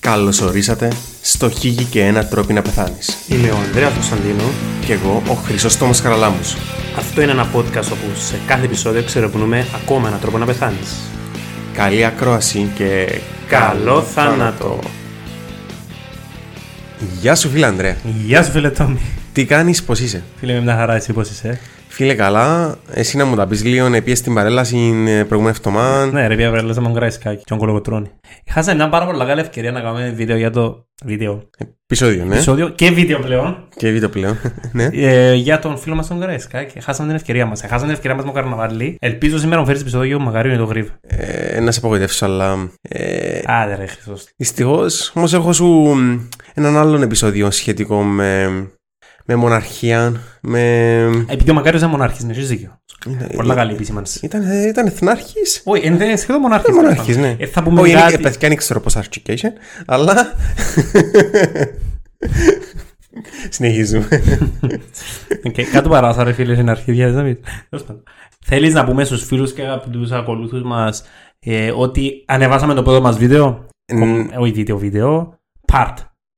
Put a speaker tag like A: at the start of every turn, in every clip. A: Καλώς ορίσατε στο Χίγη και ένα τρόπο να πεθάνεις.
B: Είμαι ο Ανδρέας Κωνσταντίνο.
A: Κι εγώ ο Χρυσόστομος Χαραλάμπους.
B: Αυτό είναι ένα podcast όπου σε κάθε επεισόδιο ξερευνούμε ακόμα έναν τρόπο να πεθάνεις.
A: Καλή ακρόαση και...
B: Καλό θάνατο!
A: Γεια σου φίλε Ανδρέα.
C: Γεια σου φίλε Τόμι.
A: Τι κάνεις, πώς είσαι.
C: Φίλε με μια χαρά εσύ πώς είσαι.
A: Φίλε καλά, εσύ να μου τα πεις λίγο, να πιες την παρέλαση ε, προηγούμενη εβδομάδα.
C: Ναι ρε πια βρέλα σαν κάκι και ογκολογοτρώνει. Χάσαμε μια πάρα πολύ καλή ευκαιρία να κάνουμε βίντεο για το βίντεο.
A: Επισόδιο, ναι.
C: Επεισόδιο και βίντεο πλέον
A: Και βίντεο πλέον. ναι.
C: ε, για τον φίλο μας τον Γκραϊσκάκη. Χάσαμε την ευκαιρία μας. Ε, Χάσαμε την ευκαιρία μας με το καρναβάλι. Ελπίζω σήμερα να φέρεις επεισόδιο μακαρίου είναι το γρήβ.
A: Ε, να σε απογοητεύσω, αλλά... Ε,
C: Άντε ρε Χριστός.
A: δυστυχώς, όμως έχω σου μ, έναν άλλον επεισόδιο σχετικό με, με μοναρχία, με... ε,
C: Επειδή ο μακάριος είναι μονάρχης, ναι, έχεις δίκιο.
B: Ε,
C: Πολύ καλή επισήμανση.
A: Ήταν, ήταν εθνάρχης.
C: Όχι, εν δε- σχεδόν μονάρχης.
A: Ε, μονάρχης, ναι.
C: Ε, Θα πούμε
A: Όχι, είναι- ε,
C: κάτι.
A: Παιδιά, δεν ξέρω πώς αρχικέισαι, αλλά... Συνεχίζουμε.
C: Okay, Ε, κάτω παράσα ρε φίλε στην αρχή διάζεις Θέλεις να πούμε στους φίλους και αγαπητούς ακολούθους μας ε, ότι ανεβάσαμε το πρώτο μας βίντεο
A: Ν-
C: Όχι βίντεο, βίντεο Part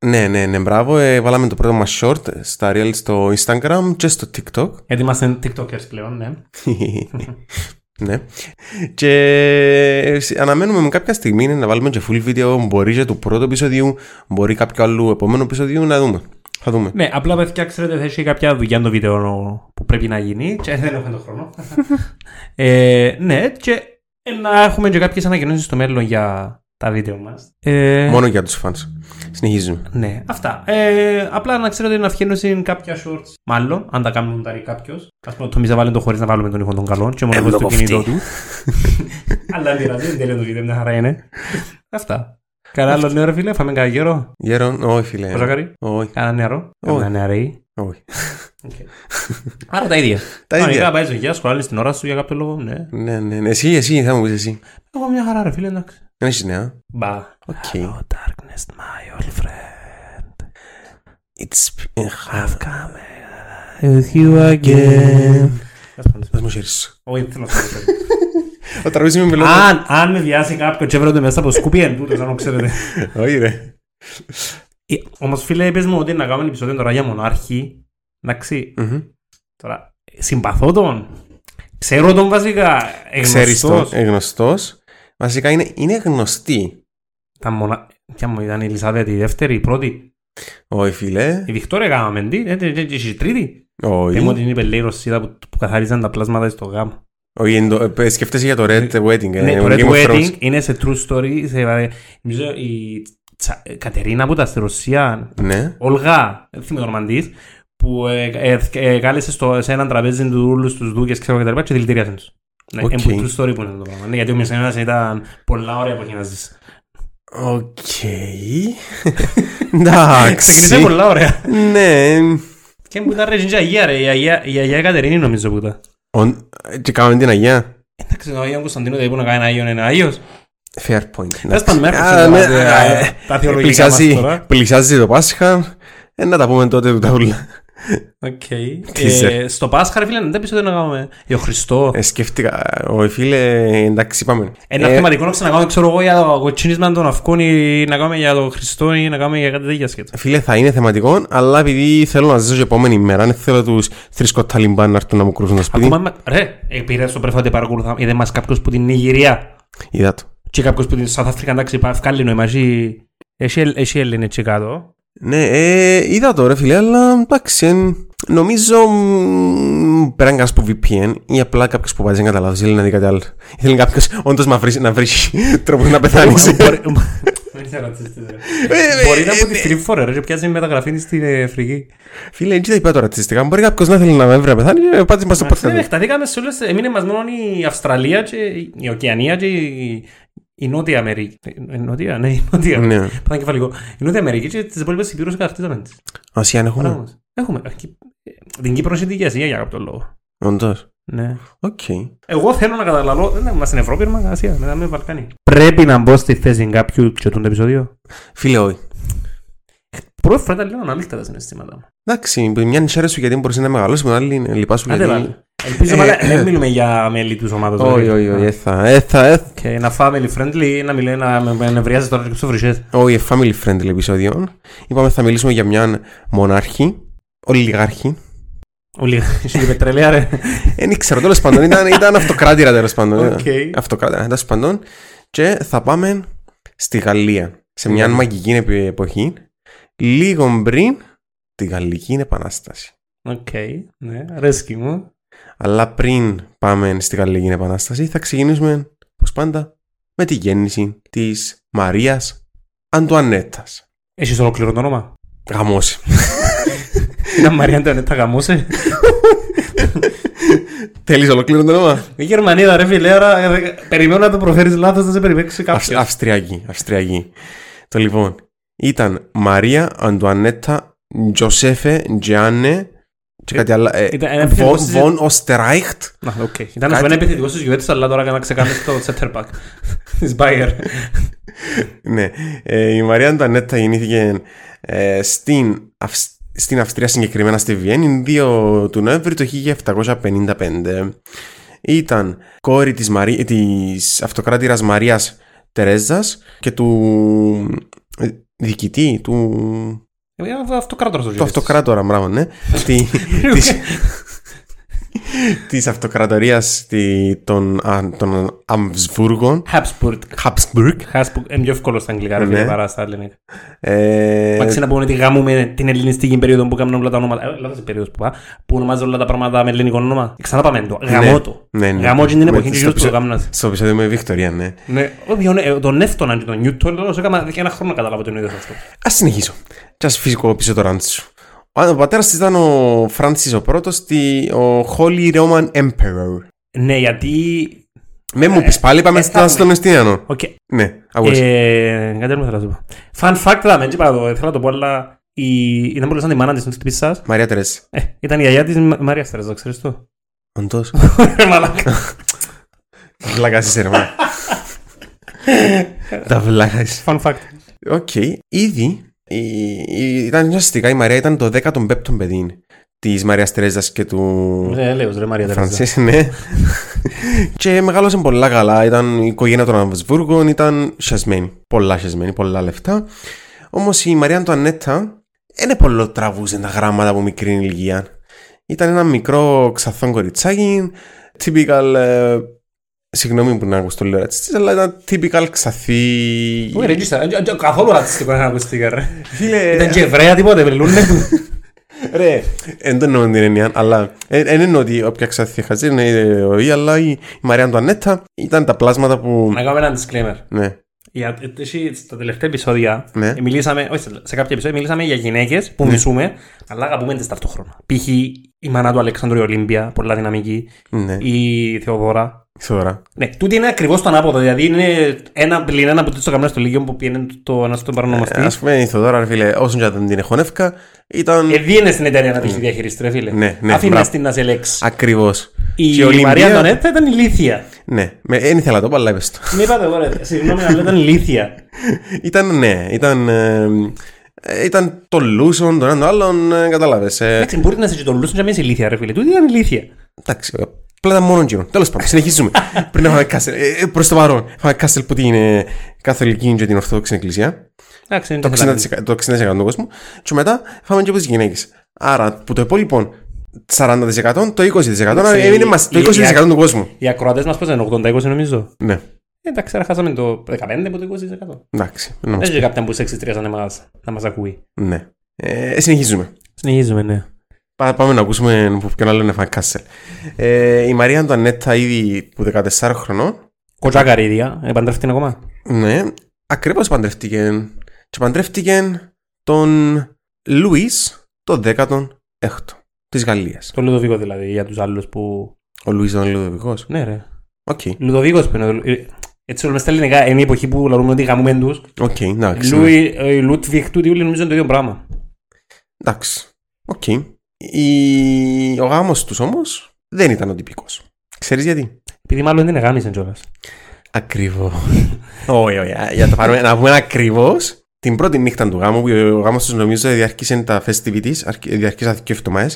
A: ναι, ναι, ναι, μπράβο. Ε, βάλαμε το πρώτο μας short στα Reels στο Instagram και στο TikTok.
C: Γιατί είμαστε TikTokers πλέον, ναι
A: ναι. Και ε, αναμένουμε με κάποια στιγμή να βάλουμε και full video. Μπορεί και του πρώτου επεισοδιού, μπορεί κάποιο άλλο επόμενο επεισοδιού να δούμε. Θα δούμε.
C: Ναι, απλά παιδιά ξέρετε θα έχει κάποια δουλειά το βίντεο που πρέπει να γίνει και δεν έχουμε τον χρόνο ε, Ναι, και να έχουμε και κάποιες ανακοινώσεις στο μέλλον για τα βίντεο μας ε,
A: Μόνο για τους fans. Συνεχίζουμε.
C: Ναι, αυτά. Ε, απλά να ξέρετε να βγαίνουν κάποια shorts. Μάλλον, αν τα κάνουν τα κάποιος. Ας πούμε, το μίζα βάλει το χωρίς να βάλουμε τον ήχο των καλών.
A: Ε,
C: Και μόνο στο
A: Εμπλοκοφτή.
C: κινητό του. Αλλά δηλαδή, δεν τέλειω το βίντεο, μια χαρά είναι. αυτά. Κανένα άλλο νέο, ρε φίλε, φάμε κανένα γέρο.
A: Γέρον, όχι φίλε.
C: Ζακαρή.
A: Όχι,
C: Κανένα νεαρό. Κανένα νεαρή.
A: όχι.
C: Άρα τα ίδια.
A: Τα ίδια.
C: Κανονικά πάει στο γεια σου, άλλη την ώρα σου για κάποιο λόγο, ναι.
A: Ναι, ναι, ναι. Εσύ, εσύ, θα μου πεις εσύ.
C: Εγώ μια χαρά, ρε φίλε, εντάξει.
A: Δεν έχεις νέα.
C: Μπα.
A: Οκ.
C: Oh, darkness, my old friend.
A: It's been half
C: Come with you again.
A: Πες μου χέρι σου.
C: Όχι, δεν θέλω να το πω.
A: Ο τραγούδις με μιλώνει.
C: Αν, αν με βιάσει κάποιο και βρω το μέσα από σκουπί εν τούτος, αν το ξέρετε.
A: Όχι ρε. Ε,
C: Όμως, φίλε, πες μου ότι να κάνουμε επεισόδιο τώρα για μονάρχη. Εντάξει,
A: Μμμ.
C: τώρα συμπαθώ τον. Ξέρω τον βασικά. ε,
A: Ξέρεις το,
C: γνωστός.
A: ε, γνωστός. Βασικά είναι, είναι γνωστή.
C: Τα μονα... Ποια μου ήταν η Ελισάβετη, η δεύτερη, η πρώτη.
A: Όχι φίλε.
C: Η Βικτόρια κάναμε, τι, ε, ε, ε, ε, η τρίτη. Δεν μου
A: Όχι.
C: την είπε, λέει, η Ρωσίδα που, που καθαρίζαν τα πλάσματα στο γάμο.
A: Όχι, εν το- ε, σκέφτεσαι για το Red Wedding. ε,
C: Ναι, το
A: Game
C: Red
A: of
C: Wedding
A: Thrones.
C: είναι σε true story. σε- ε, Νομίζω η Τσα- ε, Κατερίνα που ήταν στη Ρωσία,
A: Ναι.
C: Όλγα, δεν θυμάμαι το όνομα της, που ε, ε, ε, κάλεσε στο, σε έναν τραπέζι του όλους τους δούκες ξέρω και τα λοιπά και δηλητηρίασαν τους. Ναι,
A: Οκ.
C: okay. εμπού true story που είναι το πράγμα. Ναι, γιατί ο Μεσσανιώνας ήταν πολλά ωραία εποχή να ζεις.
A: Οκ. Εντάξει.
C: Ξεκινήσε πολλά ωραία.
A: Ναι.
C: Και που ήταν ρε η Αγία ρε, η Αγία, η Αγία Κατερίνη νομίζω που ήταν. Ε,
A: Ο- Και κάνουμε την Αγία.
C: Εντάξει, ο Αγίον Κωνσταντίνο δεν είπε να κάνει Άγιον είναι Άγιος.
A: Fair point.
C: Ας
A: εντάξει.
C: πάμε μέχρι
A: Α, ναι, α, ε,
C: τα θεολογικά μας
A: πλησιάζει-
C: τώρα.
A: Πλησιάζει το Πάσχα. Ε, να τα πούμε τότε του ταούλα.
C: Οκ.
A: Teaser.
C: Ε, Στο Πάσχα ρε φίλε, δεν επεισόδιο να κάνουμε. Ε, Ο Χριστό.
A: Ε, Σκέφτηκα. Ο φίλε, εντάξει, πάμε.
C: Ένα
A: Ε,
C: θεματικό να ξανακάμε, ξέρω εγώ, για το κοτσίνισμα των αυκών ή να κάνουμε για τον Χριστό ή να κάνουμε για κάτι τέτοια σκέτσα.
A: Φίλε, θα είναι θεματικό, αλλά επειδή θέλω να ζήσω και επόμενη μέρα, δεν θέλω τους θρησκο Ταλιμπάν να έρθουν να μου κρούσουν το σπίτι.
C: Ακόμα, μα- ρε, ε, πήρα στο πρέφα ότι παρακολουθά, είδε μας κάποιος που την Νιγηρία
A: Είδα το.
C: και κάποιος που την South Africa, εντάξει, πα- ευκάλληνο, μαζί, εσύ, Ελ- εσύ Έλληνε και κάτω.
A: Ναι, ε, είδα το ρε φίλε, αλλά εντάξει, εν, νομίζω μ, πέραν κανένας που VPN ή απλά κάποιος που βάζει κατά λάθος, θέλει να δει κάτι άλλο. Θέλει κάποιος όντως να βρει, να βρει τρόπο να πεθάνεις. Ε,
C: Μπορεί- Δεν ξέρω τι είστε, ρε.
A: ε,
C: Μπορεί να
A: ε,
C: μου τη θρύφωρα, ρε, και πιάζει μεταγραφή της στην ε, Αφρική.
A: Φίλε, έτσι τα είπα τώρα ρατσιστικά. Μπορεί κάποιος να θέλει να με βρει να πεθάνει και πάτε μας στο
C: Ναι,
A: podcast.
C: εκταθήκαμε σε όλες, εμείνε μας μόνο η Αυστραλία και η Οκεανία και η, η Νότια Αμερική. Ε, Νότια, ναι, η Νότια Αμερική.
A: Ναι.
C: Πάνε κεφαλικό. Η Νότια Αμερική και τις υπόλοιπες υπήρους κατακτήσαμε τις.
A: Ας αν
C: Παρά
A: έχουμε.
C: μας. Έχουμε. Ε, και- ε, Την Κύπρο είναι δική Ασία για κάποιο λόγο.
A: Όντως.
C: Ναι.
A: Οκ.
C: Εγώ θέλω να καταλάβω, δεν είμαστε στην Ευρώπη, είμαστε στην Ασία, μετά με Βαλκάνι. Πρέπει να μπω στη θέση κάποιου και τον επεισόδιο.
A: Φίλε, όχι.
C: Πρώτη φορά τα λέω ανάλυκτα τα συναισθήματα μου.
A: Εντάξει, που η μια είναι η σέρε σου γιατί μπορείς να μεγαλώσεις, με την άλλη είναι λυπάσου
C: Άντε
A: γιατί...
C: βάλε. Ελπίζω
A: Ε,
C: μάλλον δεν μιλούμε για μέλη της ομάδας.
A: Όχι, όχι, όχι, έθα, έθα, έθα.
C: Και να φάμε family friendly, να μιλάει να με- με νευριάζει τώρα και ψοφρισέ.
A: Όχι, family friendly επεισόδιο. Είπαμε θα μιλήσουμε για μια μονάρχη, ολιγάρχη. Ε,
C: Όλοι οι πετρελαία, ρε.
A: Δεν ήξερα τέλος πάντων. Ήταν, ήταν αυτοκράτηρα τέλος πάντων.
C: Οκ.
A: Αυτοκράτηρα τέλος πάντων. Και θα πάμε στη Γαλλία. Σε μια
C: Ναι.
A: μαγική επι- εποχή. Λίγο πριν τη Γαλλική Επανάσταση.
C: Οκ, ναι, αρέσκει μου.
A: Αλλά πριν πάμε στη Γαλλική Επανάσταση, θα ξεκινήσουμε όπως πάντα με τη γέννηση της Μαρίας Αντουανέτας.
C: Έχεις ολόκληρο το όνομα.
A: Γαμός.
C: Ήταν Μαρία Αντωνέτα γαμούσε.
A: Θέλει ολοκλήρω το όνομα.
C: Η Γερμανίδα, ρε φίλε, άρα ε, περιμένω να το προφέρεις λάθος, να σε περιπέξει
A: Αυστ-
C: κάποιος.
A: Αυστριακή, Αυστριακή. Το λοιπόν ήταν Μαρία Αντουανέτα Τζοσέφε Τζιάννε και κάτι άλλο. ε,
C: Ήταν ένα
A: Βον-
C: επιθετικό στις-
A: Βον Οστεράιχτ.
C: Να, οκ. Ήταν
A: Κάτι-
C: ένας επιθετικός στους Γιουέτες, αλλά τώρα έκανα ξεκάμεις το center back της Bayer.
A: Ναι. Ε, η Μαρία Αντουανέτα γεννήθηκε ε, στην, Αυσ- στην Αυστρία, συγκεκριμένα στη Βιέννη, 2 του Νοέμβρη το 1755. Ήταν κόρη της, Μαρί... της αυτοκράτηρας Μαρίας Τερέζας και του ε, διοικητή του
C: Είναι Ε, αυτοκράτορας ο
A: Το
C: Γιουέτης.
A: αυτοκράτορα, μπράβο, ναι. τη, της, της αυτοκρατορίας τη, των, α, των Αμβσβούργων.
C: Habsburg.
A: Habsburg.
C: Habsburg. Είναι πιο εύκολο στα αγγλικά, ρε φίλε,
A: Ναι.
C: παρά στα ελληνικά.
A: Ε,
C: Εντάξει, να πούμε ότι γαμούμε την ελληνιστική περίοδο που κάνουμε όλα τα ονόματα. Ε, Λάθος η περίοδος που πά. Που ονομάζω όλα τα πράγματα με ελληνικό όνομα. Ε, Ξαναπάμε το. Γαμώ το.
A: ναι, ναι.
C: Γαμώ και την
A: Με-
C: εποχή και
A: στο
C: γιος που το
A: ψε-
C: γάμνας.
A: στο επεισόδιο με Βικτωρία, ναι.
C: Ναι, όποιον, ε, τον Νεύτωνα και τον Νιούτον, τον όσο έκανα ένα χρόνο να καταλάβω τον είδος αυτό.
A: Ας συνεχίσω. Και ας φυσικό πίσω το ράντι σου. Ο, ο πατέρας της ήταν ο Φράνσις ο πρώτος, τη- ο Holy Roman Emperor.
C: Ναι, γιατί...
A: Με μου πεις πάλι, είπαμε
C: ε,
A: στα-
C: θα-
A: στον Εστιανό.
C: Οκ,
A: Ναι, αγόρι.
C: Ε, κάτι άλλο θέλω να σου πω. Fun fact, θα με έτσι πάνω, θέλω να το πω, αλλά η... ήταν πολύ σαν τη μάνα της, την χτυπήσας.
A: Μαρία Τερέζα.
C: Ε, ήταν η γιαγιά της Μα- Μαρίας Τερέζα, ξέρεις το.
A: Όντως.
C: Ρε μαλάκα.
A: Βλάκας είσαι ρε μάνα. Τα βλάκας είσαι.
C: Fun fact.
A: Οκ. Ήδη η- η- ήταν ουσιαστικά η Μαρία ήταν το 15ο παιδί της Μαρίας Τερέζας και του
C: Ναι, λέω, ρε Μαρία Τερέζα.
A: Φρανσίση, ναι. και μεγάλωσε πολλά καλά. Ήταν η οικογένεια των Αμβασβούργων, ήταν σιασμένη. Πολλά σιασμένη, πολλά λεφτά. Όμως η Μαρία Αντουανέτα δεν πολλό τραβούσε τα γράμματα από μικρή ηλικία. Ήταν ένα μικρό ξαθόν κοριτσάκι, typical. ε, συγγνώμη που να ακούσω λέω ρατσιστής, αλλά ήταν typical ξαθή.
C: Ω, ρε, γύρισα. Ε, ε, Καθόλου ρατσιστικό να ακουστήκα, ρε.
A: Φίλε,
C: Ήταν και Εβραία τίποτε, με λούνε.
A: Ρε, δεν το εννοώ την έννοια, αλλά δεν εννοώ ότι όποια ξαθή χαζή είναι ε, ο ή, αλλά η η Μαρία Αντουανέτα ήταν τα πλάσματα που.
C: Να κάνουμε ένα disclaimer.
A: Ναι,
C: Για- ε, εσύ, Στα τελευταία επεισόδια
A: Ναι.
C: ε, μιλήσαμε, όχι σε- σε κάποια επεισόδια μιλήσαμε για γυναίκες που μισούμε, αλλά αγαπούμε τις ταυτόχρονα. Π.χ. η μάνα του Αλεξάνδρου η Ολύμπια, πολλά δυναμική,
A: ναι.
C: η Θεοδώρα,
A: Θεωρά.
C: Ναι, τούτη είναι ακριβώς το ανάποδο. Δηλαδή είναι ένα πλήν ένα από το καμπνά στο Λίγιο που πιένει το ένα στον παρονομαστή.
A: Ε, Ας πούμε η Θοδόρα, ρε φίλε, όσον και αν δεν την εχωνεύκα, ήταν
C: Επειδή Ε, είναι στην εταιρεία να τη διαχειριστεί, ρε φίλε.
A: Ναι, ναι,
C: Αφήνα
A: μπράβο.
C: την να σε λέξει.
A: ακριβώς
C: Η,
A: Και Ολυμπία-
C: Μαρία Αντωνέτα ήταν ε? ηλίθια.
A: Ναι, με- δεν ήθελα να το πω, αλλά είπες το.
C: Μην είπατε εγώ, ρε. Συγγνώμη, αλλά ήταν
A: Ε.
C: ηλίθια.
A: Ήταν, ναι, ήταν. ε, ε, Ήταν το Λούσον, τον έναν τον άλλον, ε, κατάλαβες ε,
C: Εντάξει, μπορεί να σε τζιτολούσουν και να μην είσαι ηλίθια, ρε φίλε. Τούτη ήταν ηλίθια.
A: Εντάξει, ε, απλά ήταν μόνο γύρω. Τέλος πάντων, συνεχίζουμε. Πριν να πάμε κάσελ. ε, ε, Προς το παρόν, πάμε κάσελ που την ε, καθολική και την Ορθόδοξη Εκκλησία.
C: Εντάξει, δεν
A: το
C: ήταν
A: 60% το 60% του κόσμου και μετά φάμε και από τις γυναίκες. Άρα που το λοιπόν υπόλοιπο 40% το 20% άρα
C: Εντάξει,
A: έμεινε μας το
C: η-
A: 20% του κόσμου.
C: Οι ακροατές μας πέσανε 80-20 νομίζω. Ε,
A: Ναι,
C: Εντάξει, άρα χάσαμε το 15 από το 20%.
A: εντάξει. να μας-
C: Δεν είχε κάποιον που σε εξητρίασαν εμάς να μας ακούει.
A: Ναι. Ε, συνεχίζουμε.
C: Συνεχίζουμε, ναι.
A: Πά- πάμε να ακούσουμε που ποιον άλλο είναι Φαν Κάσελ. Ε, η Μαρία Αντωνέτα ήδη που 14 χρονών,
C: Κοτσάκαρη ίδια, επαντρεύτηκε ακόμα.
A: ναι, ακριβώς παντρεύτηκε. Και παντρεύτηκε τον Λουίς το 16ο της Γαλλίας.
C: Το Λουδοβίκο δηλαδή, για τους άλλους που.
A: Ο Λουίς ήταν Λουδοβικός.
C: Ναι, ρε.
A: Οκ,
C: Λουδοβίκος που είναι. ο Λου- ε, Έτσι όλο μες στα ελληνικά είναι η εποχή που λαλούμε ότι γαμούμε τους.
A: οκ, εντάξει. ναι.
C: Λούι, ε, Λούτβιχ του Διούλη νομίζω είναι το ίδιο πράγμα.
A: Εντάξει. Οκ. Η... Ο γάμος τους όμως δεν ήταν ο τυπικός. Ξέρεις γιατί.
C: Επειδή μάλλον δεν εγάμισε κιόλας.
A: Ακριβώς. όχι, όχι. α, Για να το πάρουμε, να πούμε ακριβώς. Την πρώτη νύχτα του γάμου, που ο γάμος του νομίζω διαρκήσε τα festivities, διαρκήσε δύο εβδομάδες,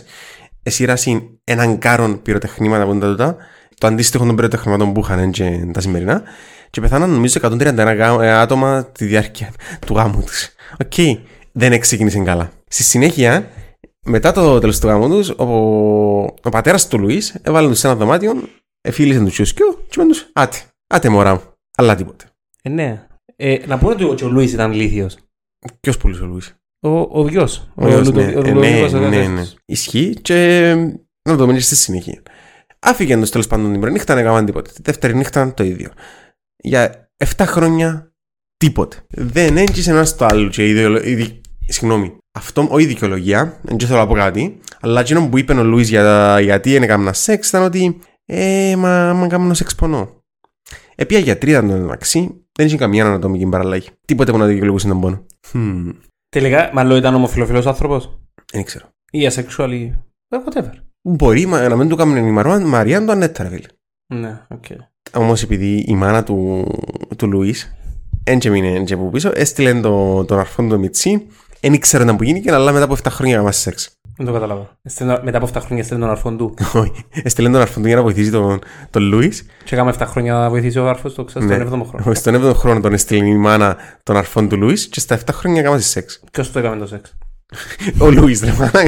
A: εσύρασαν έναν κάρον πυροτεχνήματα από τα τούτα, το αντίστοιχο των πυροτεχνημάτων που είχαν ε, και τα σημερινά, και πεθάναν νομίζω 131 γα- ε, άτομα τη διάρκεια του γάμου τους. Οκ, δεν ξεκίνησε καλά. Στη συνέχεια, μετά το τέλος του γάμου τους, ο, ο πατέρας του Λουίς έβαλε τους σε ένα δωμάτιο, εφίλησε του τσιουσκιού και με τους άτε. Άτε μωρά μου. Αλλά τίποτε.
C: Ε, ναι. Ε, να πούμε ότι ο- και ο Λούι ήταν λίθιο.
A: Ποιος πουλήσε ο Λουίς.
C: Ο, ο γιο.
A: Ο γιος, ναι. Ε, ναι, ναι, ναι. Ισχύει και να το μείνεις στη συνέχεια. Άφηγε εντός τέλος πάντων την πρώτη νύχτα, δεν έκαναν τίποτε. Τη δεύτερη νύχτα το ίδιο. Για 7 χρόνια τίποτε. Δεν έγκυσε ένας στο άλλο. Και ιδεολο- ιδι- Συγγνώμη. Αυτό όχι δικαιολογία, δεν ξέρω να πω κάτι, αλλά εκείνο που είπε ο Λουίς για, γιατί δεν έκανα σεξ ήταν ότι Ε, μα άμα κάνω σεξ πονώ. Επία γιατρίδα το μεταξύ, δεν είχε καμία ανατομική παραλλαγή. Τίποτε που να δικαιολογούσε τον πόνο. Χμ,
C: Τελικά, μάλλον ήταν ομοφιλοφιλός άνθρωπος.
A: δεν ξέρω.
C: Ή asexual ή. Ε, whatever.
A: Μπορεί μα- να μην του κάνουν η Μαρουάν, Μαριάν το ανέτταρα, φίλε.
C: Ναι, οκ.
A: Όμως επειδή η μάνα του, του Λουίς, εν και μείνε εν και που πίσω, έστειλε το, τον αρφόν του Μιτσί, εν ήξερε να που γίνει και αλλά μετά από 7 χρόνια έκανα σεξ.
C: Δεν το κατάλαβα. Στέλνω- Μετά από 7 χρόνια στέλνει τον αρφόν του.
A: Όχι, έστειλε τον αρφόν του για να βοηθήσει τον, τον Λουίς.
C: Και έκαμε 7 χρόνια να βοηθήσει ο αρφός του, ξέρω,
A: Ναι.
C: στον 7ο χρόνο.
A: Στον 7ο χρόνο τον έστειλε η μάνα τον αρφόν του Λουίς και στα 7 χρόνια έκανα σεξ.
C: Ποιος το έκαμε το σεξ.
A: Ο Λουίς, ρε μάνα.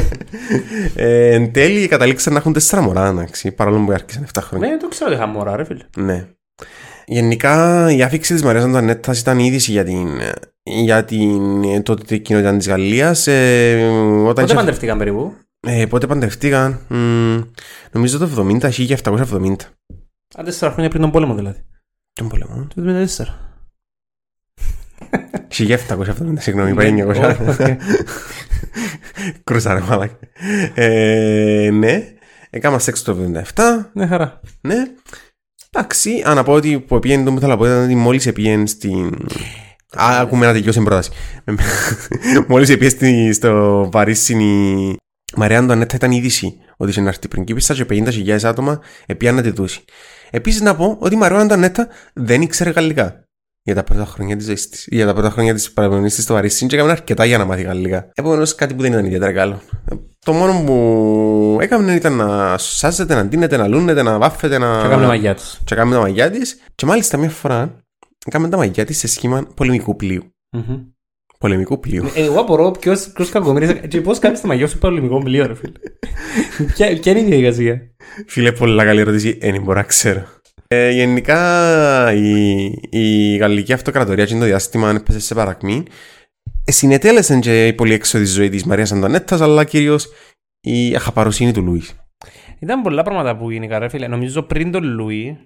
A: Ε, εν τέλει καταλήξαν να έχουν 4 μωρά, εντάξει, παρόλο που άρχισαν 7 χρόνια.
C: Ναι, το ξέρω ότι είχα μωρά, ρε φίλε.
A: Ναι. Γενικά η άφηξη της Μαρίας Αντανέτας ήταν είδηση για την, για την ε, τότε κοινότητα της Γαλλίας ε, όταν
C: Πότε
A: είχε-
C: παντρευτήκαν περίπου.
A: ε, πότε παντρευτήκαν μ, νομίζω το 70, 1770
C: Αν 4 χρόνια πριν τον πόλεμο δηλαδή.
A: τον πολεμό
C: Το 1974.
A: 1770 συγγνώμη είπα
C: Ναι,
A: 900
C: οκ.
A: κρούσα ρε μάλακα ε, ναι έκανα σεξ το 77
C: Ναι, χαρά.
A: ναι εντάξει αν να πω ότι που επήγαινε το που θέλω να πω ήταν ότι μόλις επήγαινε στην Α, ακούμε να τελειώσει η πρόταση. Μόλις επίεστη στο Παρίσι η Μαρία Αντωνέτα ήταν είδηση ότι είχε να έρθει πριν κύπησα και 50.000 άτομα επίαν να τη δούσει. Επίσης να πω ότι η Μαρία Αντωνέτα δεν ήξερε γαλλικά. Για τα πρώτα χρόνια της ζωής της. Για τα πρώτα χρόνια της παραμονή της στο Παρίσι, και έκαμε αρκετά για να μάθει γαλλικά. Επομένως κάτι που δεν ήταν ιδιαίτερα καλό. Το μόνο που έκαμε ήταν να σάζεται, να ντύνεται, να λούνεται, να βάφεται, να.
C: Θα κάνουμε μαγιά του.
A: Και έκαμε τα μαγιά της. Και μάλιστα μια φορά έκαμε τα μαγιά της σε σχήμα πολεμικού πλοίου. Πολεμικού πλοίου.
C: Εγώ απορώ ποιος ποιος κακομοίρης... Και πώς κάνεις τη μαγιά σου πολεμικό πλοίο, ρε φίλε. Ποια ποια είναι η διαδικασία.
A: Φίλε, πολλά καλή ερώτηση. Δεν μπορώ να ξέρω. Ε, γενικά, η, η γαλλική αυτοκρατορία και το διάστημα αν έπεσε σε παρακμή. Ε, Συνετέλεσε και η πολύ έξοδη ζωή της Μαρίας Αντωνέτας, αλλά κυρίως η αχαπαροσύνη του Λουί.
C: Ήταν πολλά πράγματα που γίνηκαν, ρε φίλε. Νομίζω πριν τον Λουί.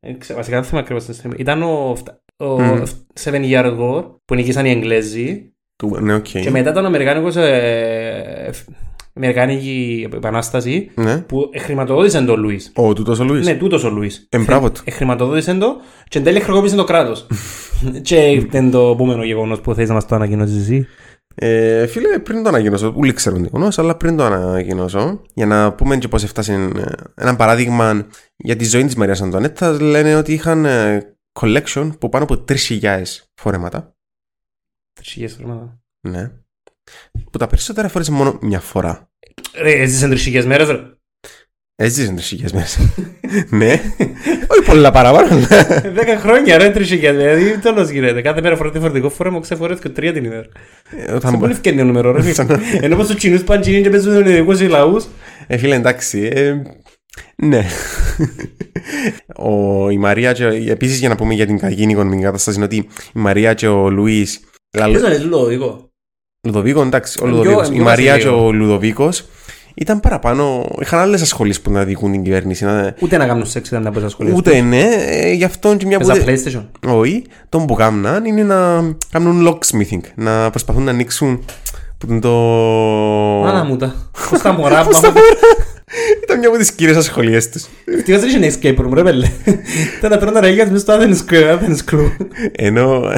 C: ε, ξε- Βασικά δεν θυμάμαι ακριβώς. την στιγμή. Ήταν ο, φτα- ο
A: Μμμ.
C: Seven Year War που νικήσαν οι Εγγλέζοι.
A: Του, ναι, οκ.
C: Και μετά ήταν ο Αμερικάνικος... ε, φ- Αμερικάνικη Επανάσταση
A: Ναι.
C: που χρηματοδότησε τον Λουίς.
A: Ο τούτος ο Λουίς.
C: Ναι, τούτος ο Λουίς.
A: Ε, μπράβο του.
C: Χρηματοδότησε το και εν τέλει χρεοκόπησε το κράτος. και δεν το επόμενο γεγονός που θες να μας το ανακοινώσεις εσύ.
A: Ε, φίλε, πριν το ανακοινώσω, ούλοι ξέρουν τι γνώση, αλλά πριν το ανακοινώσω, για να πούμε και πώς έφτασε ε, ένα παράδειγμα για τη ζωή της Μαρίας Αντωνέτας, λένε ότι είχαν ε, collection που πάνω από 3.000 φορέματα.
C: Τρισχυγέ φορμάτα.
A: Ναι. Που τα περισσότερα φορέσαν μόνο μια φορά.
C: Ρε, έζησε τρισχυγέ μέρες, ρε.
A: Έζησαν τρεις μέσα. ναι. Όχι πολλά παραπάνω. ναι. αλλά-
C: Δέκα χρόνια, ρε, τρισχυγέ. Δηλαδή, τι όλο γίνεται. Κάθε μέρα φοράει φορτηγό φορέμα, ξεφορέθηκε τρία την ημέρα.
A: Ε,
C: Σε
A: Όταν
C: πολύ ευκαιρία νούμερο, ρε. Ενώ πω του Κινού πάνε Κινοί και παίζουν ελληνικού λαού.
A: Ε, φίλε, εντάξει. ε, ναι. ο, η Μαρία και, επίσης για να πούμε για την κακή οικονομική κατάσταση είναι ότι η Μαρία και ο Λουίς
C: Δεν είναι λογικό.
A: Λουδοβίκο, εντάξει, ο
C: Πιο-
A: Λουδοβίκος. Η
C: πιο
A: Μαρία και
C: βασιλείο.
A: ο Λουδοβίκος ήταν παραπάνω, είχαν άλλες ασχολίες που να διοικούν την κυβέρνηση. να-
C: Ούτε να κάνουν σεξ ήταν να παίζουν σχολείο.
A: Ούτε ναι, ε, γι' αυτό και μια που
C: Παίζα
A: δεν-
C: PlayStation.
A: όχι, τον που κάμναν είναι να κάνουν locksmithing, να προσπαθούν να ανοίξουν που ήταν το...
C: Μάνα μου τα. Πώς τα μωρά,
A: Πώς τα
C: πάμε.
A: πω, ρε. Ήταν μια από τις κυρίες ασχολίες τους.
C: Ευτυχώς δεν είχε escape room, ρε πέλε. Τώρα τρώνε ραγιά μες στο Athens Crew- Athens Crew.
A: Ενώ.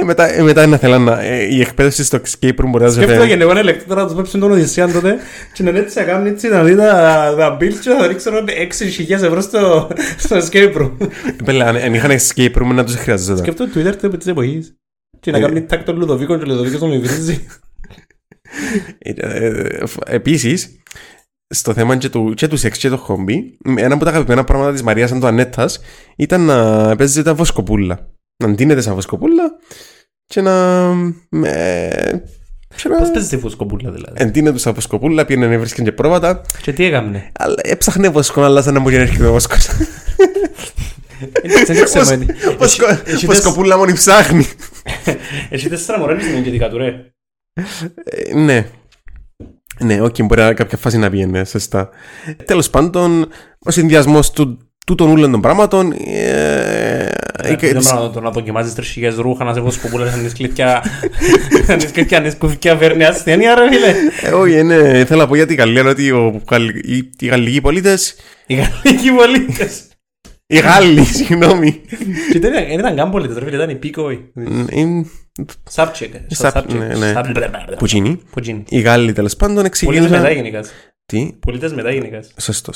A: ε, μετά, ε, μετά να θέλαν να. ε, η εκπαίδευση στο escape room μπορεί να
C: Σκέφτομαι
A: ζητάει.
C: και εγώ να ελεκτώ τώρα να τους πέψουν τον Οδυσσέαν τότε και να είναι έτσι να κάνουν έτσι να δει τα τα bills και να ρίξουν 6.000 ευρώ στο στο escape room.
A: αν, αν είχαν escape room να τους χρειαζόταν.
C: Ε. Σκέφτομαι Twitter τότε της εποχής και να κάνουν tag τον Λουδοβίκο και ο Λουδοβίκος να μην βρίζει.
A: Ε, Επίσης, στο θέμα και του, και του σεξ και το χόμπι, ένα από τα αγαπημένα πράγματα της Μαρίας Αντουανέτα ήταν να παίζει τα βοσκοπούλα. Να ντύνεται σαν βοσκοπούλα και να. Ε, και να-
C: Πώς παίζεις τη βοσκοπούλα δηλαδή.
A: Εντύνεται σαν βοσκοπούλα, πήγαινε να έβρισκε και πρόβατα.
C: Και τι έκαμνε.
A: Αλλά έψαχνε βοσκό, αλλά σαν να μου γενέρχεται ο βοσκό.
C: Ε, Δεν ξέρω.
A: Βοσκοπούλα μόνη ψάχνει.
C: Εσύ τέσσερα μωρέ στην εγγετικά του ρε.
A: Ε, ναι. Ναι, όχι, μπορεί να κάποια φάση να βγαίνει, ναι, σωστά. Τέλος πάντων, ο συνδυασμός του, του των όλων των πραγμάτων. ε,
C: Δεν
A: ε,
C: πρέπει να τον αποκοιμάζεις τρεις χιλιάδες ρούχα να σε βοσκοπούλα σαν τις κλειφκιά σαν τις κλειφκιά, σαν τις κουφκιά φέρνει ασθένεια ρε φίλε.
A: ε, Όχι, ναι, θέλω να πω για τη Γαλλία είναι ότι ο, Γαλλ- οι- οι Γαλλικοί πολίτες.
C: Οι γαλλικοί πολίτες.
A: Οι Γάλλοι, συγγνώμη.
C: Και δεν ήταν- δεν ήταν καν πολίτες ρε φίλε, ήταν υπήκοοι.
A: Ε, είναι-
C: Subject.
A: Sub- ναι, ναι. Που γίνει.
C: Πουτζίνι.
A: Οι Γάλλοι τέλος πάντων
C: Πολίτες μετά
A: ξεκίνησαν.
C: γενικάς.
A: Τι,
C: Πολίτες μετά γενικάς.
A: Σωστό.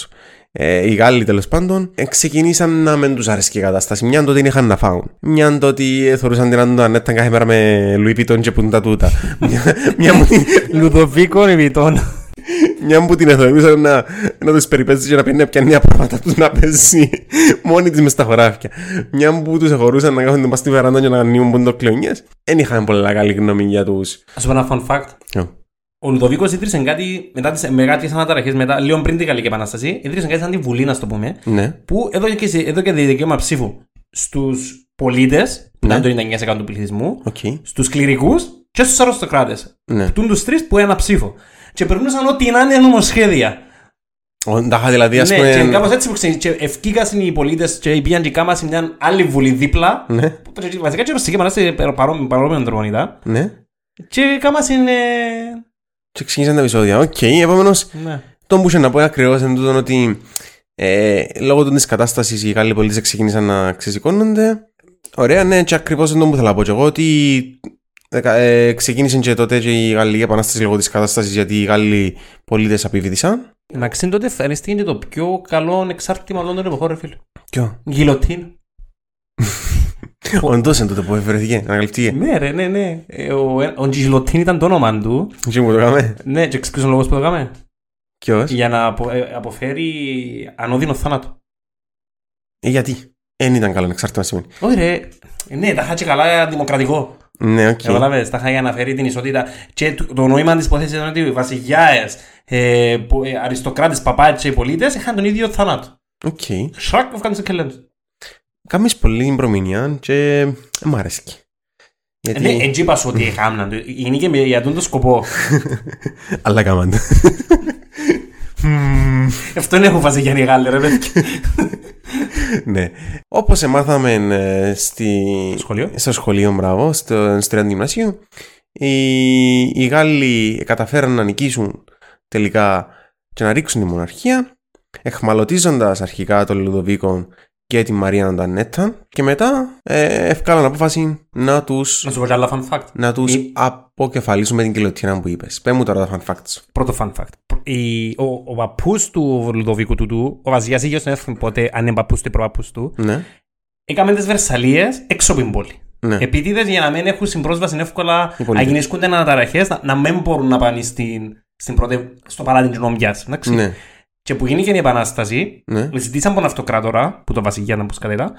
A: Ε, οι Γάλλοι τέλος πάντων ε, ξεκινήσαν να μην τους αρέσει και η κατάσταση. Μιαν το ότι είχαν να φάουν. Μιαν το ότι ε, θεωρούσαν την Άντου Ανέτα κάθε μέρα με Λουί Πιτόν και πούντα τούτα. Μια- Μια μου την-
C: Λουδοβίκο Ρεβιτών.
A: μια που την εθωρούσαν να, να τους περιπέζει και να παίρνει να πιάνει τα πράγματα τους να παίζει μόνη της μες στα χωράφια. Μια που τους εχωρούσαν να κάθονται πας στη βεράντα και να ανοίγουν ποντοκλειονιέ. Δεν είχαν πολλά καλή γνώμη για τους.
C: Ας πω ένα fun fact. Ο Λουδοβίκος ίδρυσε κάτι μετά τις, με κάποιε αναταραχές, μετά λίγο πριν την Γαλλική Επανάσταση. Ίδρυσε κάτι σαν τη Βουλή, να το πούμε,
A: Ναι.
C: που έδωκε και, σε- έδωκε δικαίωμα ψήφου στους πολίτες, που
A: Ναι.
C: ήταν το 99% του πληθυσμού,
A: Οκ.
C: στους κληρικούς και στους αριστοκράτε.
A: Ναι.
C: Τούν τους τρεις που ένα ψήφο. Και περνούσαν ό,τι να είναι νομοσχέδια.
A: Οντάχα δηλαδή, ας
C: ναι, και
A: πούμε.
C: κάπως έτσι που ξε... και ευκήκασαν οι πολίτες και πήγαν και κάμασαν μια άλλη βουλή δίπλα.
A: Ναι.
C: που το- Βασικά και ρωσική επανάσταση παρόμοιο παρόμοιο τρόπο ήταν.
A: Ναι.
C: Και κάμασαν. ε,
A: Και ξεκίνησαν τα επεισόδια. Οκ, επόμενος
C: Ναι.
A: Το που είχε να πω ακριβώς είναι τούτο ότι ε, λόγω της κατάστασης οι Γάλλοι πολίτες ξεκίνησαν να ξεσηκώνονται. Ωραία, ναι, και ακριβώς αυτό που θέλω να πω και εγώ ότι ε, ε, ξεκίνησε και τότε και η Γαλλική Επανάσταση λόγω της κατάστασης γιατί οι Γάλλοι πολίτες απειβήτησαν.
C: Εντάξει, τότε εμφανίστηκε και το πιο καλό εξάρτημα όλων των εποχών, ρε φίλε.
A: Ποιο?
C: Γιλωτίν.
A: Όντω είναι τότε που εφευρεθήκε, ανακαλυφθήκε.
C: Ναι, ρε, ναι, ναι. Ε, Ο, ο Γιλωτίν ήταν το όνομα του.
A: Τι μου το κάμε.
C: Ναι, και ξέρεις ποιος είναι ο λόγος που το έκαμε.
A: Ποιος?
C: Για να απο- ε, αποφέρει ανώδυνο θάνατο.
A: Ε, Γιατί. Δεν ήταν καλό εξάρτημα σημαίνει.
C: Όχι, ρε. Ε, Ναι, τα χάτσε καλά δημοκρατικό.
A: Ναι, οκ.
C: Καταλάβες, τα χάγια να φέρει την ισότητα και το, το νόημα της υποθέσης ήταν ότι οι βασιλιάες, ε, πο- ε, αριστοκράτες, παπάτες και πολίτες είχαν τον ίδιο θάνατο.
A: Οκ.
C: Σρακ, βγάλουν σε Ε, κελέντ.
A: Κάμεις πολύ προμηνία και ε, μ' αρέσει.
C: Ναι,
A: Γιατί...
C: έτσι είπα σου ότι έκαναν. το. Είναι και με- για τον το σκοπό.
A: Αλλά κάμαν.
C: Αυτό είναι που βάζει Γιάννη Γάλλη, ρε παιδιά.
A: Ναι. Όπως εμάθαμε ε, στη...
C: Σχολείο.
A: στο σχολείο, μπράβο, στο, στο Τριάντη Γυμνασίου, οι... οι Γάλλοι καταφέραν να νικήσουν τελικά και να ρίξουν τη μοναρχία, εχμαλωτίζοντας αρχικά τον Λουδοβίκο και τη Μαρία Αντανέτα, και μετά ε, ευκάλαν απόφαση να τους
C: Να σου πω κι άλλα fun fact.
A: να τους
C: Η-
A: αποκεφαλίσουν με την κιλοτίνα που είπες. Πες μου τώρα τα fun facts. σου.
C: Πρώτο fun fact. Η- ο, ο παππούς του Λουδοβίκου τούτου, ο Βαζιάς ήγιος τον έφυγε ποτέ, αν είναι παππούς του ή προπαππούς του,
A: Ναι,
C: έκαμε τις Βερσαλίες έξω από την πόλη.
A: ναι.
C: Επίτηδες για να μην έχουν συμπρόσβαση εύκολα,
A: Οι πολίτες.
C: να γεννήσκονται αναταραχές, να, να μην μπορούν να πάνε στην, στην πρώτη, στο παράδειγμα της Νομιάς. εντάξει.
A: ναι,
C: Και που γίνηκε η Επανάσταση,
A: ναι.
C: ζητήσαν από τον αυτοκράτορα, που τον βασιλιά ήταν που σκατέτα,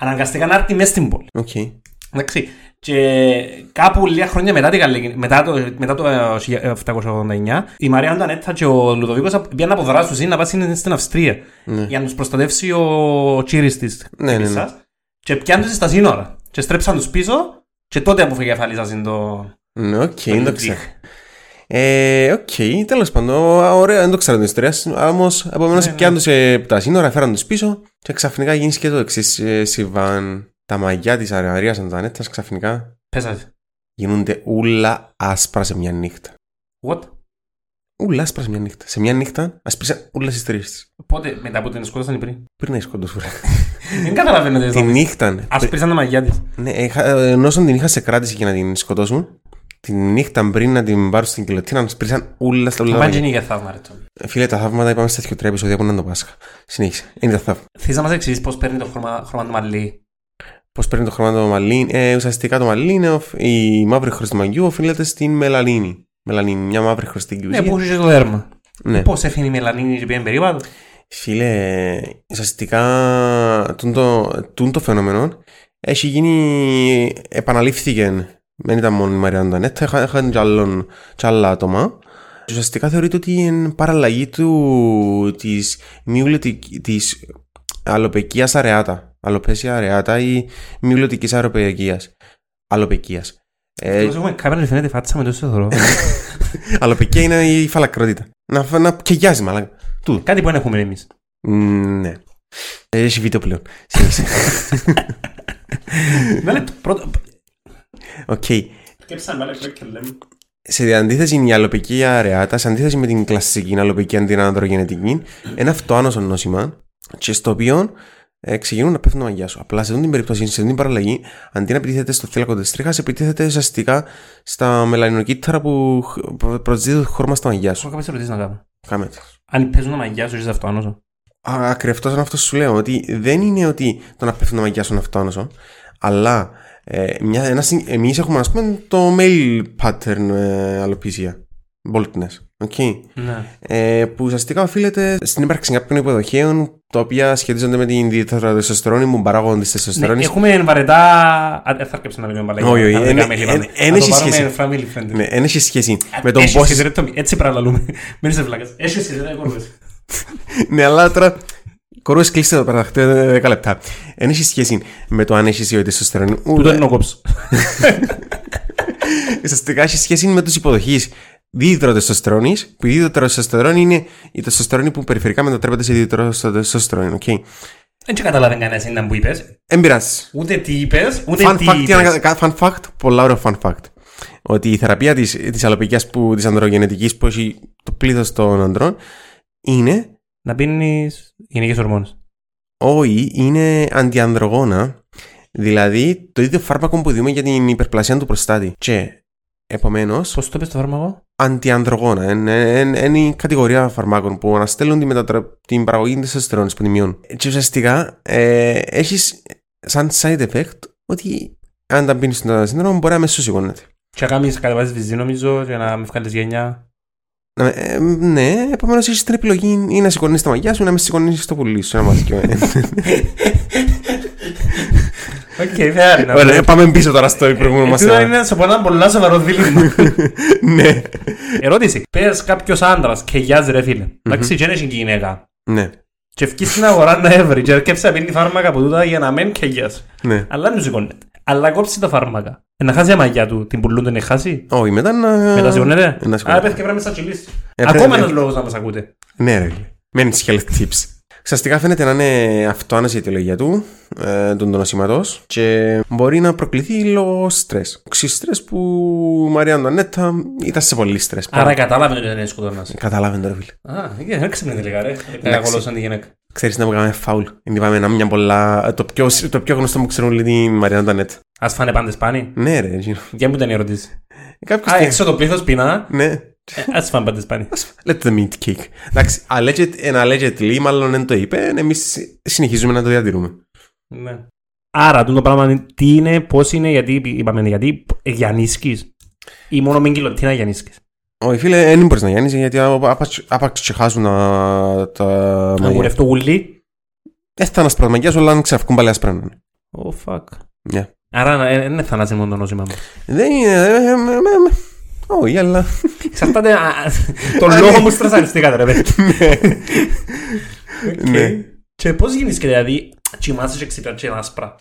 C: αναγκαστήκαν να έρθει μέσα στην πόλη.
A: Οκ. ναι.
C: Εντάξει. Και κάπου λίγα χρόνια μετά, τη Γαλλική- μετά το, μετά το ε, 1789, η Μαρία Αντανέτα και ο Λουδοβίκος πήγαν από δράσου να πάνε στην- στην Αυστρία
A: Ναι.
C: για να τους προστατεύσει ο τσίρις της.
A: Ναι, ναι, ναι.
C: Και πιάνουν τους στα σύνορα. Και στρέψαν τους πίσω, και τότε αποφυγεφαλίζαν το.
A: Ναι, οκ,
C: το
A: δεν το
C: Λουδοβίκ.
A: ξέρω. Ε, οκ, τέλος πάντων. α, Ωραία, δεν το ξέρω την ιστορία. Όμως, επομένως,
C: Ναι,
A: ναι,
C: ναι.
A: πιάνουν σε τα σύνορα, φέραν τους πίσω και ξαφνικά γίνεις και το εξής. Συμβάν τα μαγιά της Αραρία Αντανέτα ξαφνικά
C: Πέσατε.
A: γίνονται ούλα άσπρα σε μια νύχτα.
C: What?
A: Ούλα άσπρα σε μια νύχτα. Σε μια νύχτα ασπρίσαν ούλα στι τρει.
C: Πότε μετά που την σκότωσαν οι πριν.
A: Πριν να έχεις κοντοσούρα.
C: Δεν καταλαβαίνετε.
A: Τη
C: τι-
A: νύχτα. ναι.
C: Ας πήραν τα μαγιά της.
A: Ναι, είχα- ενώ όσον την είχα σε κράτηση για να την σκοτώσουν, τη νύχτα πριν να την πάρουν στην κιλοτίνα, ασπρίσαν ούλα στα ούλα. τα
C: Μα
A: μαγιά.
C: γίνει για θαύμα, ρε Τόμι.
A: Φίλε, τα θαύματα είπαμε στα τρία επεισόδια που ήταν το Πάσχα. Συνέχισε. Είναι τα θαύματα.
C: Θες να μας εξηγήσεις πώς παίρνει το χρώμα, χρώμα του μαλλί.
A: Πώς παίρνει το χρώμα το μαλλί. Ε, ουσιαστικά το μαλλί είναι ο- η μαύρη χρυσή του μαγιού οφείλεται στην μελανίνη. μελανίνη, μια μαύρη χρωστή
C: Ναι, που
A: ουσία.
C: έχει το δέρμα.
A: Ναι.
C: Πώς έφυγε η μελανίνη και πήγαινε περίπατο.
A: Φίλε, ουσιαστικά τούν το, τούν το φαινόμενο έχει γίνει, επαναλήφθηκε. Δεν ήταν μόνο η Μαρία Αντανέτα, είχα- είχαν και, άλλον, και άλλα άτομα. Ουσιαστικά θεωρείται ότι είναι παραλλαγή του της μειουλετική, της αλλοπεκίας αρεάτα. Αλλοπέσια αρεάτα ή μειουλετικής αροπεκίας. Αλλοπεκίας. Ε,
C: Όπως έχουμε κάμερα και φαίνεται η φάτσα με το στεθρό.
A: αλλοπεκία είναι η φαλακρότητα. Να, φ- να κεγιάζει μαλάκα. Τούτο.
C: Κάτι που δεν έχουμε εμείς.
A: Ναι. Έχει βίντεο πλέον. Συνέχισε.
C: Ένα λεπτό. Πρώτο.
A: Οκ.
C: Σκέψα να βάλε και λέμε.
A: Σε αντίθεση η αλλοπική αρεάτα, σε αντίθεση με την κλασική αλλοπική αντινανδρογενετική, είναι αυτοάνωσο νόσημα και στο οποίο ε, ξεκινούν να πέφτουν μαγιά σου. Απλά σε αυτή την περίπτωση, σε αυτή την παραλλαγή, αντί να επιτίθεται στο θύλακο της τρίχας, επιτίθεται ουσιαστικά στα μελανοκύτταρα που χ- προ- προσδίδουν χρώμα στα μαγιά σου.
C: Έχω κάποιες ερωτήσεις να κάνω.
A: Κάμε το.
C: Αν παίζουν τα μαγιά σου, είσαι αυτοάνωσο.
A: Α, Ακριβώς αυτό σου λέω, ότι δεν είναι ότι το να πέφτουν τα μαγιά σου είναι αυτόνοσο, αλλά ε, μια, ένας, συν- εμείς έχουμε ας πούμε το male pattern ε, alopecia, boldness, okay,
C: Ναι.
A: ε, που ουσιαστικά οφείλεται στην ύπαρξη κάποιων υποδοχείων τα οποία σχετίζονται με την τετραδεσοστερόνη που παράγονται της τεσοστερόνης.
C: Ναι, Έχουμε βαρετά. Α, Δεν θα έρκεψε να λέμε μπαλάκι.
A: Όχι, όχι,
C: Να το
A: εν-
C: κάνουμε λίγο.
A: εν-
C: Να
A: εν
C: το
A: έχει
C: πάρουμε
A: σχέση.
C: family friendly.
A: Ναι, δεν έχει σχέση με τον
C: Ε, Έχει
A: πώς...
C: σχέση, ρε, το- Έτσι παραλαλούμε. Μην είσαι βλάκας. Έχει σχέση, δεν κόρβες.
A: ναι, αλλά τώρα. Κορούες κλείστε το παραδεχτέ 10 λεπτά. Δεν έχει σχέση με το αν έχεις ή ο τεσοστερόνη.
C: Του το ενόκοψε.
A: Ουσιαστικά έχεις σχέση με τους υποδοχείς. Δίδυτρο τεστοστερόνης, που η δίδυτρο τεστοστερόνη είναι η τεστοστερόνη που περιφερικά μετατρέπεται σε δίδυτρο τεστοστερόνη. Οκ.
C: Δεν και καταλάβαινε κανένας ήταν που είπες.
A: Εν πειράζεις.
C: Ούτε τι είπες, ούτε
A: Fun
C: Ναι, τι
A: fact, για να
C: είπες.
A: κα- fun fact, πολλά ωραίο fun fact. Ότι η θεραπεία της, της αλλοπικίας που, της ανδρογενετικής που έχει το πλήθος των ανδρών είναι,
C: Να πίνεις γυναικέ ορμόνες.
A: όχι, είναι αντιανδρογόνα. Δηλαδή, το ίδιο φάρμακο που δίνουμε για την υπερπλασία του προστάτη. Και, επομένως,
C: Πώς το είπε το φάρμακο,
A: αντιανδρογόνα. Είναι η κατηγορία φαρμάκων που αναστέλνουν τη μετατρα... την παραγωγή της αστερόνη που τη μειώνουν. Και ουσιαστικά ε, έχεις σαν side effect ότι αν τα πίνεις στον σύνδρομο μπορεί να με σου σηκώνεται.
C: Και να κάνεις κατεβάζει βυζί, νομίζω, για να με βγάλεις γενιά.
A: Να με- ε, ναι, επομένως έχεις την επιλογή ή να σηκώνει τα μαγιά σου ή να με σηκώνει το πουλί σου. Ένα μάθηκιο. Ε,
C: Οκ, fair enough.
A: Ωραία, πάμε πίσω τώρα στο προηγούμενο
C: Ε,
A: μας
C: τούτο είναι σε πολλά πολλά σοβαρό δίλημα.
A: Ναι,
C: Ερώτηση. Πες κάποιος άντρας και γιάζει ρε φίλε. Εντάξει, δεν έχει γυναίκα.
A: ναι,
C: Και ευκείς στην αγορά να έβρει. Και αρκέψει να πίνει φάρμακα από τούτα για να μεν και γιάζει.
A: ναι.
C: Αλλά δεν σηκώνεται. Αλλά κόψει τα φάρμακα. Ε, Να χάσει η μαγιά του, την πουλούν δεν έχει χάσει.
A: Όχι, μετά να.
C: Μετά σηκώνεται.
A: Να
C: Άρα
A: σηκώνεται.
C: πέφτει και πρέπει Ε, να τσακιλίσει.
A: Ε,
C: Ακόμα
A: πρέπει-
C: ένας λόγος να μας ακούτε.
A: Ναι, ρε. φίλε. Μένει health tips. Ουσιαστικά φαίνεται να είναι αυτοάνεση η αιτιολογία του, ε, του νοσήματο, και μπορεί να προκληθεί λόγω στρες. Ξύ στρες που η Μαρία Αντωνέτα ήταν σε πολύ στρες.
C: Άρα κατάλαβε ότι δεν είναι σκοτώνας.
A: Κατάλαβε τώρα, φίλε.
C: Α, ε, δεν ξύπνε τελικά, ρε.
A: Εντάξει.
C: Καταγολώσαν τη γυναίκα.
A: Ξέρεις να μου κάνουμε φάουλ. Είναι είπαμε να μια πολλά. Το πιο, το πιο γνωστό μου ξέρουν όλοι είναι η Μαρία Αντωνέτα.
C: Ας φάνε πάντες σπάνι.
A: Ναι, ρε.
C: Για μου ήταν η ερώτηση.
A: Κάποιος.
C: Α, ε. έξω το πλήθος πεινά.
A: Ναι.
C: Ας φάνε πάντες σπάνι.
A: Let the meat cake. Εντάξει, alleged, ένα allegedly, μάλλον δεν το είπε, εμεί συνεχίζουμε να το διατηρούμε.
C: Ναι. Άρα, τούτο πράγμα είναι- τι είναι, πώς είναι, γιατί είπαμε, γιατί γιανίσκει. Ή μόνο μην κυλο, τι να γιανίσκει.
A: Όχι φίλε, δεν μπορείς να γιάνεις γιατί άπαξ- άπαξ και χάσουν τα- Ε, τα
C: Να
A: μαγιά.
C: βουρευτώ γουλί.
A: Έθανα σπρας μαγιάς όλα αν ξαφκούν παλιά σπρανά.
C: Ω, Oh, fuck.
A: Ναι.
C: Άρα, ε, δεν είναι θανάσι μόνο το νόσημα μου.
A: Δεν είναι... ε, ε, ε, ε, ε, Όχι, αλλά...
C: Εξαρτάται. α, Το
A: Ναι.
C: λόγο μου στρασαριστήκατε, ρε παιδί. Οκ.
A: Ναι.
C: Και πώς γίνεις και δηλαδή, τσιμάσαι και ξυπνάς και είναι άσπρα.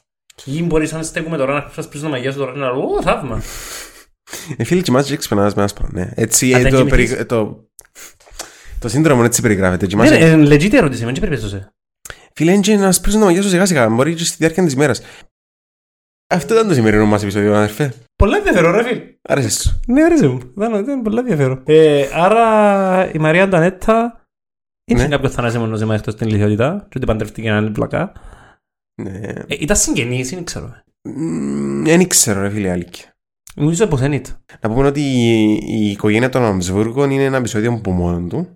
C: Ή μπορείς να στέκουμε τώρα να χτυπήσει το μαγιά σου τώρα και να λέω Ω, θαύμα.
A: Ε, Φίλε, κοιμάσαι και ξυπνάς με άσπρα. Ναι. Έτσι
C: Α,
A: ε,
C: δεν
A: το...
C: κοιμηθείς.
A: περι- το- Το σύνδρομο έτσι περιγράφεται.
C: Ναι,
A: Κοιμάσαι-
C: ρε, ε, legit ερώτηση, μην περιπέζεσαι.
A: Φίλε, είναι και να σπρίζουν τα μαγιά σου σιγά σιγά. Μπορεί και στη διάρκεια της μέρας. Αυτό ήταν το σημερινό μας επεισόδιο, αδερφέ.
C: Πολλά ενδιαφέρον, ρε φίλε.
A: Άρεσε σου.
C: Ναι, ρε μου. Δεν είναι πολλά ενδιαφέρον. Ε, άρα η Μαρία Αντανέτα είχε
A: Ναι.
C: κάποιο θανάσιμο νόημα εκτός την ηλικιότητα και ότι παντρεύτηκε έναν άλλη πλακά.
A: Ναι.
C: Ε, ήταν συγγενής, δεν ξέρω.
A: Μμμ, Δεν ξέρω, ρε φίλε, αλήθεια.
C: Νομίζω πως δεν ήταν.
A: Να πούμε ότι η, η οικογένεια των Αμσβούργων είναι ένα επεισόδιο από μόνο του.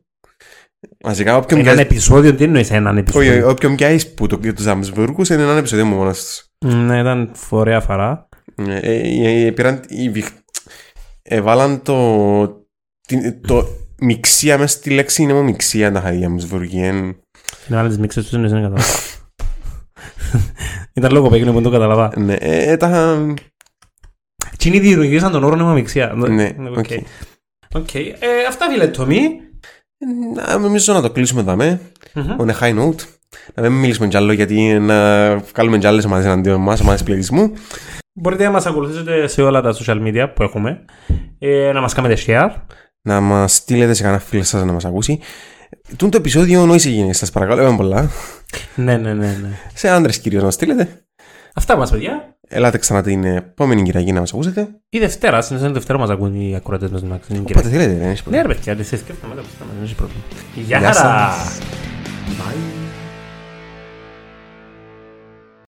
A: Βασικά, όποιον
C: Ένα
A: πιάσει.
C: επεισόδιο, τι εννοείς έναν
A: Όχι, όχι,
C: επεισόδιο.
A: όποιον πιάσει που το, για τους Αμσβούργους είναι ένα επεισόδιο μόνο τους.
C: Ναι, ήταν φορέα φαρά.
A: Ε, ε, ε, πήραν. οι βιχ- ε, βάλαν το, την- το μιξία μέσα στη λέξη είναι μου μιξία τα χαλιά μου σβουργέν.
C: Είναι άλλες μίξες τους, είναι κατάλαβα. Ήταν λόγο που έγινε που δεν το καταλαβα.
A: Ναι, ε, ε, τα...
C: Τι είναι οι διαιτουργοί σαν τον όρο νεμαμιξία.
A: Ναι, οκ.
C: Οκ. Ε, Αυτά φίλε Τόμι.
A: Να- Νομίζω να το κλείσουμε εδώ με. On a high note. Να μην μιλήσουμε κι άλλο γιατί να βγάλουμε κι άλλες ομάδες εναντίον μας, ομάδες πληθυσμού.
C: Μπορείτε να μας ακολουθήσετε σε όλα τα social media που έχουμε. Ε, να μας κάνετε share.
A: Να μας στείλετε σε κανένα φίλο σας να μας ακούσει. Τούν το επεισόδιο νόησε γίνει, σας παρακαλώ, είπαμε πολλά.
C: Ναι, ναι, ναι. ναι.
A: Σε άντρες κυρίως να μας στείλετε.
C: Αυτά μας παιδιά.
A: Ελάτε ξανά την επόμενη Κυριακή να μας ακούσετε.
C: Η Δευτέρα, συνήθως είναι Δευτέρα μας ακούν οι ακροατές μας. να ξέρουν και-
A: Όποτε θέλετε, δεν έχει πρόβλημα.
C: Ναι ρε παιδιά, δεν σε σκέφτομαι μετά που σταματήσω πρόβλημα. Γεια
A: Γεια
C: χαρά!
A: σας.
B: Bye.